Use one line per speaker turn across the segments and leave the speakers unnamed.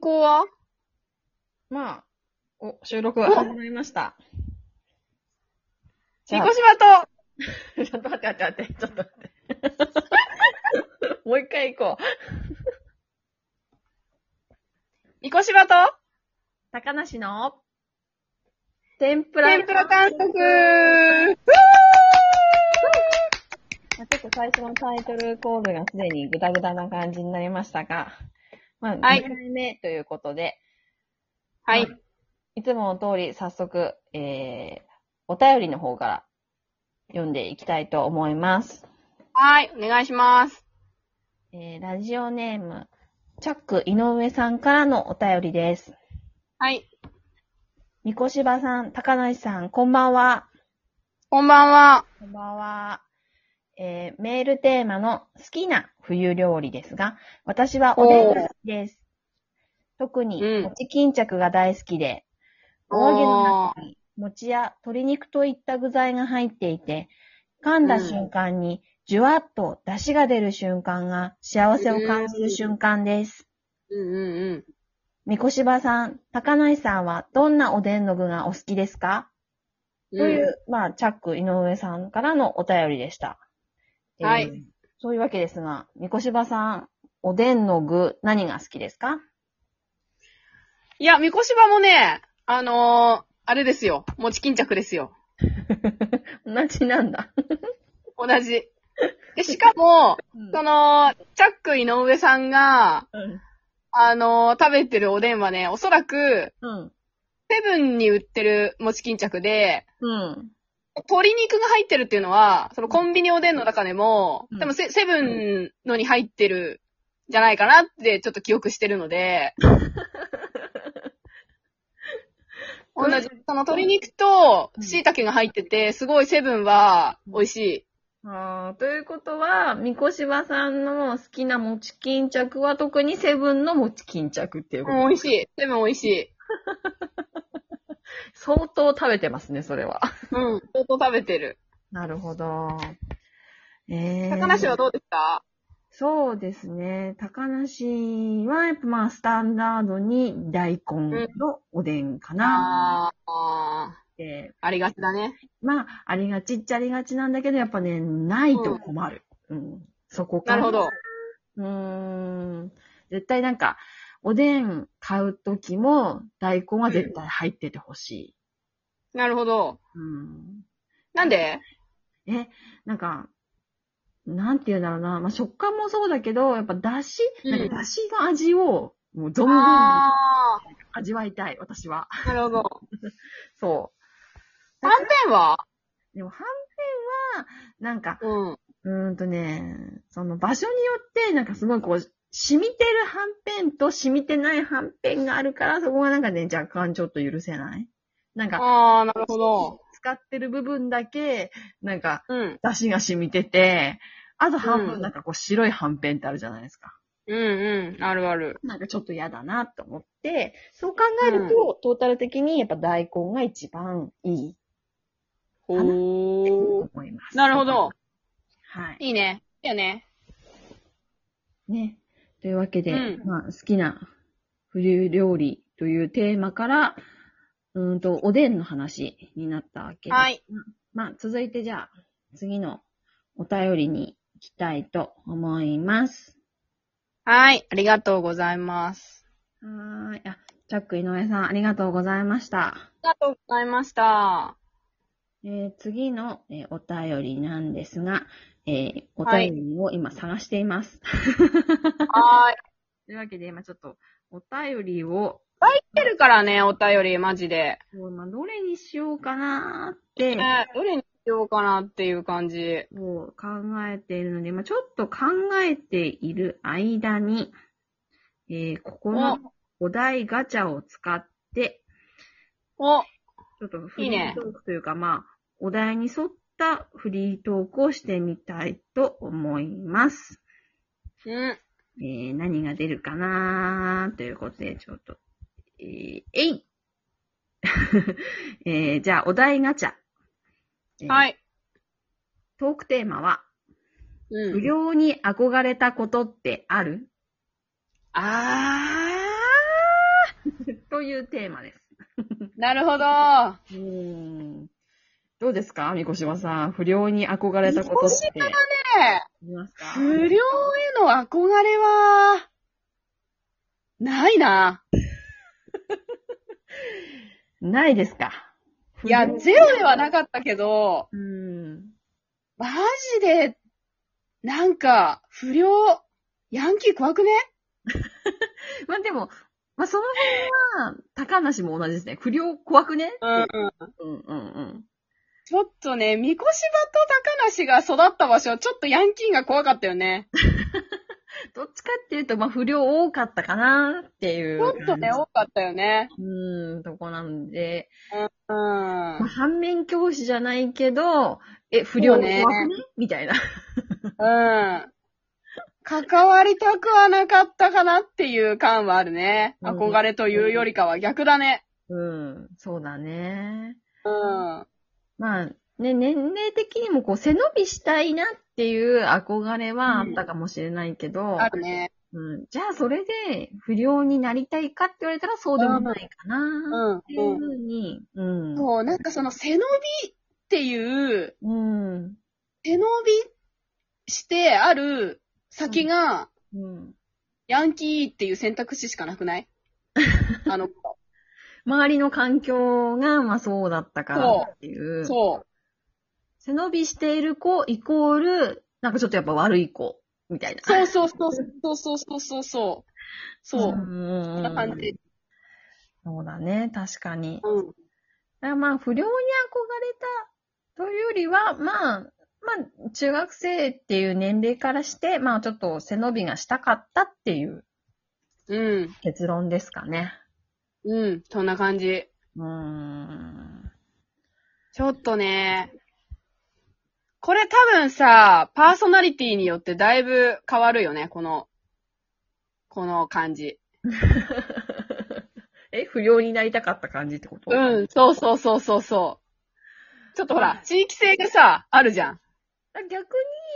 稿は
まあ、お、収録が始まりました。
三
じゃあ
越島と、
ちょっと待って待って待って、ちょっと待って。もう一回行こう。
三越島と、
高梨の、天ぷら。
天ぷら監督
まあ、ちょっと最初のタイトルコールがすでにグダグダな感じになりましたが、まあ、
はい
2回目ということで、
はい
ま。あ。いつもの通り、早速、えー、お便りの方から読んでいきたいと思います。
はい、お願いします。
えー、ラジオネーム、チャック井上さんからのお便りです。
はい。
みこしばさん、高梨さん、こんばんは。
こんばんは。
こんばんは。えー、メールテーマの好きな冬料理ですが、私はおでんが好きです。特に
うん、
餅巾着が大好きで、お揚げの中
おー
に餅や鶏肉といった具材が入っていて、噛んだ瞬間にじゅわっと出汁が出る瞬間が幸せを感じる瞬間です。
うんうん
みこしばさん、高梨さんはどんなおでんの具がお好きですか、
うん。
という、まあ、チャック井上さんからのお便りでした。
はい
ーそういうわけですが、みこしばさん、おでんの具、何が好きですか
いや、三越島もね、あのー、あれですよ。餅巾着ですよ。
同じなんだ。
同じ。で、しか も、その、チャック井上さんが、
うん。
あのー、食べてるおでんはね、おそらく、
うん。
セブンに売ってる餅巾着で、
うん。
鶏肉が入ってるっていうのは、そのコンビニおでんの中でも、
うん
多分セセブンのに入ってるんじゃないかなってちょっと記憶してるので、同じ、その鶏肉と
うん
椎茸が入ってて、すごいセブンは美味しい。
あーということは、みこしばさんの好きな餅巾着は特にセブンの餅巾着っていうこと。
うん、美味しい。セブン美味しい。
相当食べてますね、それは。
うん、相当食べてる。
なるほど。えー、
高梨はどうですか
そうですね。高梨は、やっぱまあ、スタンダードに大根のおでんかなっ
あーあ
て、
ー、ありがちだね。
まあ、ありがちっちゃありがちなんだけど、やっぱね、ないと困る。うん。そこ
な
から。
るほど。
うーん。絶対なんか、おでん買うときも、大根は絶対入っててほし
なるほど。
い。うん。
なんで
え、なんか、なんて言うんだろうな。まあ、食感もそうだけど、やっぱだし、
うん
なんかだしの味を、もう存分に
あ
味わいたい、私は。
あ、なるほど。
そ
はんぺんは
う。でも、はんぺんは、なんか、
うん。
うーんとね、その場所によって、なんかすごいこう、染みてるはんぺんと染みてないはんぺんがあるから、そこがなんかね、若干ちょっと許せない。なんか、
ああ、なるほど。
使ってる部分だけ、なんか、
うん。
出汁が染みてて、あと半分なんかこう白いはんぺんってあるじゃないですか。
うんうん。あるある。
なんかちょっと嫌だなと思って、そう考えると、トータル的にやっぱ大根が一番いいって
ほー。
思います。
なるほど。。
はい。
いいね。いいよね。
ね。というわけで、
うん
まあ好きな冬料理というテーマから、うーんと、おでんの話になったわけです。
はい。
まあ続いてじゃあ、次のお便りに行きたいと思います。
はい。ありがとうございます。
はーい。あ、チャック井上さん、ありがとうございました。
ありがとうございました。
えー次の、えーお便りなんですが、えーお
はい
便りを今探しています。
はーい。
というわけで、今ちょっと、お便りを、
来てるからね、お便り、マジで。
まあ、どれにしようかなーって、
ね、どれにしようかなっていう感じ。
こう考えているので、まあ、ちょっと考えている間に、えーここのお題ガチャを使って、
お、
ちょっとフ
いい
リ
ね
ートークというか、まあ、お題に沿ったフリートークをしてみたいと思います。
うん。
えー、何が出るかなーということで、ちょっと、えー、えい えー、じゃあ、お題ガチャ。えー
はい。
トークテーマは、
う
不
ん。
良に憧れたことってある
あ
というテーマです。
なるほど。
うーん。どうですかみこしばさん。不良に憧れたことって。
みこしばはね、
いますか
不良への憧れは、ないな。
ないですか
いや、ゼロではなかったけど、
うーん。
マジで、なんか、不良、ヤンキー怖くね
まあでも、まあその辺は、高梨も同じですね。不良怖くね
うんうん。
うんうんうん。
ちょっとね、三越場と高梨が育った場所はちょっとヤンキーが怖かったよね。
どっちかっていうと、まあ不良多かったかなってい
ち
う。
ょっとね、多かったよね。
うん、とこなんで。
うん。
まあ、反面教師じゃないけど、え、不良怖くねみたいな。
うん。関わりたくはなかったかなっていう感はあるね。
うん
憧れというよりかは逆だね。
うん、そうだね。
うん。
まあ、ね、年齢的にもこう背伸びしたいなっていう憧れはあったかもしれないけど、
あるね。
うん、じゃあそれで不良になりたいかって言われたらそうでもないか
う
なっ
ん。
ていう
う
ふ
ん。
うに、うん。
そう、なんかその背伸びっていう、
うん。
背伸びしてある先が、
うん。
ヤンキーっていう選択肢しかなくない あの子、
周りの環境が、まあそうだったからっていう。
そう。
背伸びしている子イコール、なんかちょっとやっぱ悪い子、みたいな。
そうそうそうそうそうそうそうそう。そう。
ん
そんな感じ。
そうだね、確かに。
うん。
だからまあ、不良に憧れたというよりは、まあ、まあ、中学生っていう年齢からして、まあ、ちょっと背伸びがしたかったっていう
うん。
結論ですかね。
うん。そんな感じ。
うーん。
ちょっとね、これ多分さ、パーソナリティによってだいぶ変わるよね、この、この感じ。
え、不良になりたかった感じってこと
うん、そうそうそうそうそう。ちょっとほら、地域性がさ、あるじゃん。
逆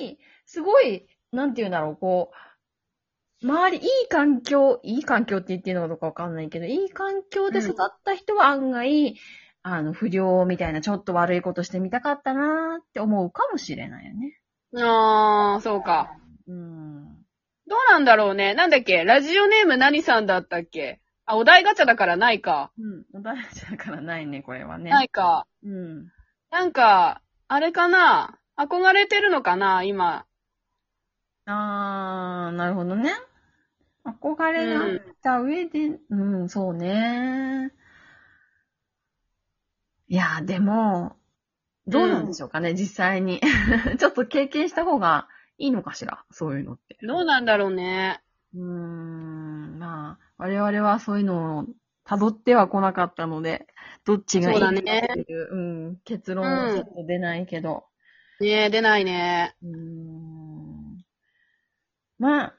に、すごい、なんて言うんだろう、こう、周り、いい環境、いい環境って言っていいのかどうかわかんないけど、いい環境で育った人は案外、あの、不良みたいな、ちょっと悪いことしてみたかったなーって思うかもしれないよね。
あー、そうか。
うん。
どうなんだろうね。なんだっけラジオネーム何さんだったっけあ、お題ガチャだからないか。
うん。穏やかだからないね、これはね。
ないか。
うん。
なんか、あれかな憧れてるのかな今。
あー、なるほどね。憧れがあった上で、うん、そうね。いやー、でも、どうなんでしょうかね、実際に。 ちょっと経験した方がいいのかしら、そういうのって。
どうなんだろうね。
うーん、まあ、我々はそういうのを辿っては来なかったので、どっちがいい
そ
か
う
っ
だね
ていう、うん、結論はちょっと出ないけど。
ねえ、出ないね。
うーんまあ、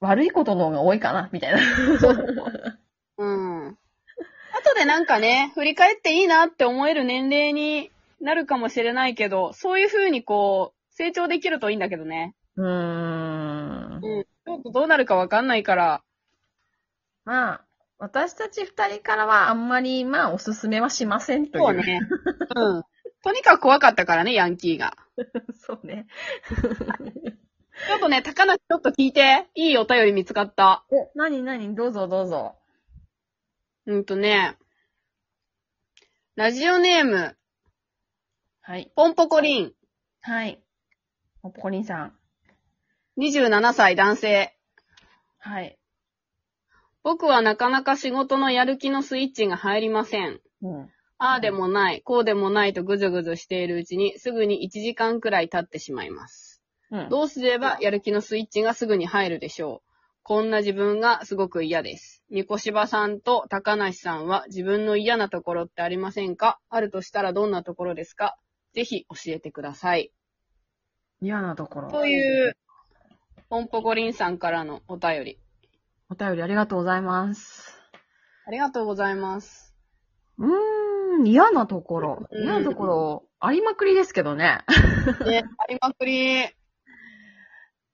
悪いことの方が多いかな、みたいな。
うん。後でなんかね、振り返っていいなって思える年齢になるかもしれないけど、そういう風にこう、成長できるといいんだけどね。
うーん。
うん。ちょっとどうなるかわかんないから。
まあ、私たち二人からはあんまり、まあ、おすすめはしませんという。
そう。ね。うん。とにかく怖かったからね、ヤンキーが。
そうね。
ちょっとね、高梨ちょっと聞いて、いいお便り見つかった。
お、なになに、どうぞどうぞ。
うんとね、ラジオネーム、
はい。
ポンポコリン。
はい。ポコリンさん。
27歳男性。
はい。
僕はなかなか仕事のやる気のスイッチが入りません。
うん。
ああでもない、こうでもないとぐずぐずしているうちにすぐに1時間くらい経ってしまいます。
うん。
どうすればやる気のスイッチがすぐに入るでしょうこんな自分がすごく嫌です。みこしばさんと高梨さんは自分の嫌なところってありませんかあるとしたらどんなところですかぜひ教えてください。
嫌なところ。
という、ポンポコリンさんからのお便り。
お便りありがとうございます。
ありがとうございます。
うーん、嫌なところ。
うん
嫌なところ、ありまくりですけどね。
ね、ありまくり。
う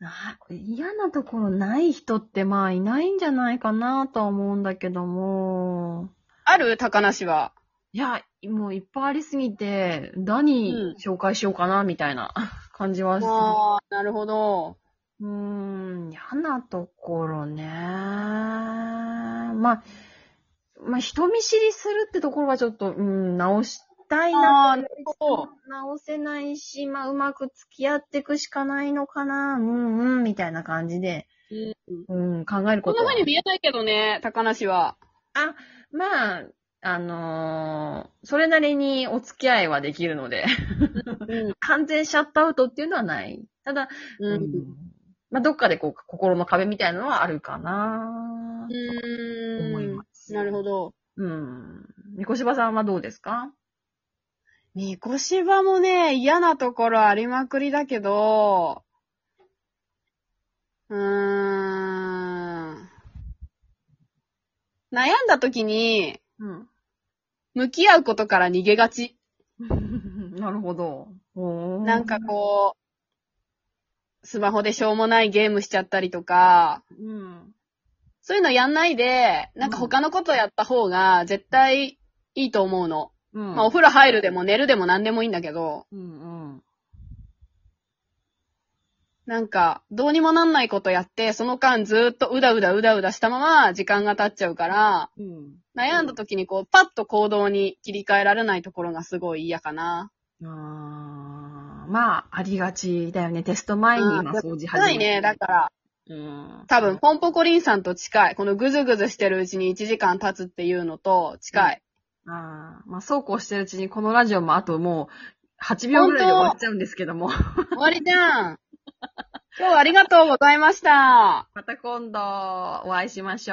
な嫌なところない人ってまあいないんじゃないかなとは思うんだけども、
ある高梨は。
いや、もういっぱいありすぎて、何紹介しようかな、みたいな 感じはする。
ああ、なるほど。
うーん、嫌なところね。まあ、まあ、人見知りするってところはちょっと、うん、直したいな。
あーなるほど
直せないし、まあ、うまく付き合っていくしかないのかな。うんうん、みたいな感じで、
うん
うん、考える
こ
こ
ん
と
な
は
風に見えないけどね、高梨は。
まあ、あのーそれなりにお付き合いはできるので、
うん。
完全シャットアウトっていうのはない。ただ、
う
うん
ん。
まあ、どっかでこう、心の壁みたいなのはあるかな。
うん。
思います
なるほど。
うん。みこしばさんはどうですか
みこしばもね、嫌なところありまくりだけど、うーん。悩んだ時に、
うん。
向き合うことから逃げがち。
なるほど。おー
なんかこう、スマホでしょうもないゲームしちゃったりとか、
うん。
そういうのやんないで、なんか他のことやった方が絶対いいと思うの。
うん。
まあお風呂入るでも寝るでも何でもいいんだけど、
うんうん。
なんかどうにもなんないことやって、その間ずーっとうだうだうだうだしたまま時間が経っちゃうから、
うん。
悩んだ時にこうパッと行動に切り替えられないところがすごい嫌かな。
あーまあ、ありがちだよね。テスト前に
うん
今掃除始め
すごいね、だから、
うん。
多分、ポンポコリンさんと近い。このぐずぐずしてるうちに1時間経つっていうのと近い。
ああ、まあ、そうこうしてるうちにこのラジオもあともう8秒ぐらいで終わっちゃうんですけども。
終わりじゃん今日はありがとうございました。
また今度お会いしましょう。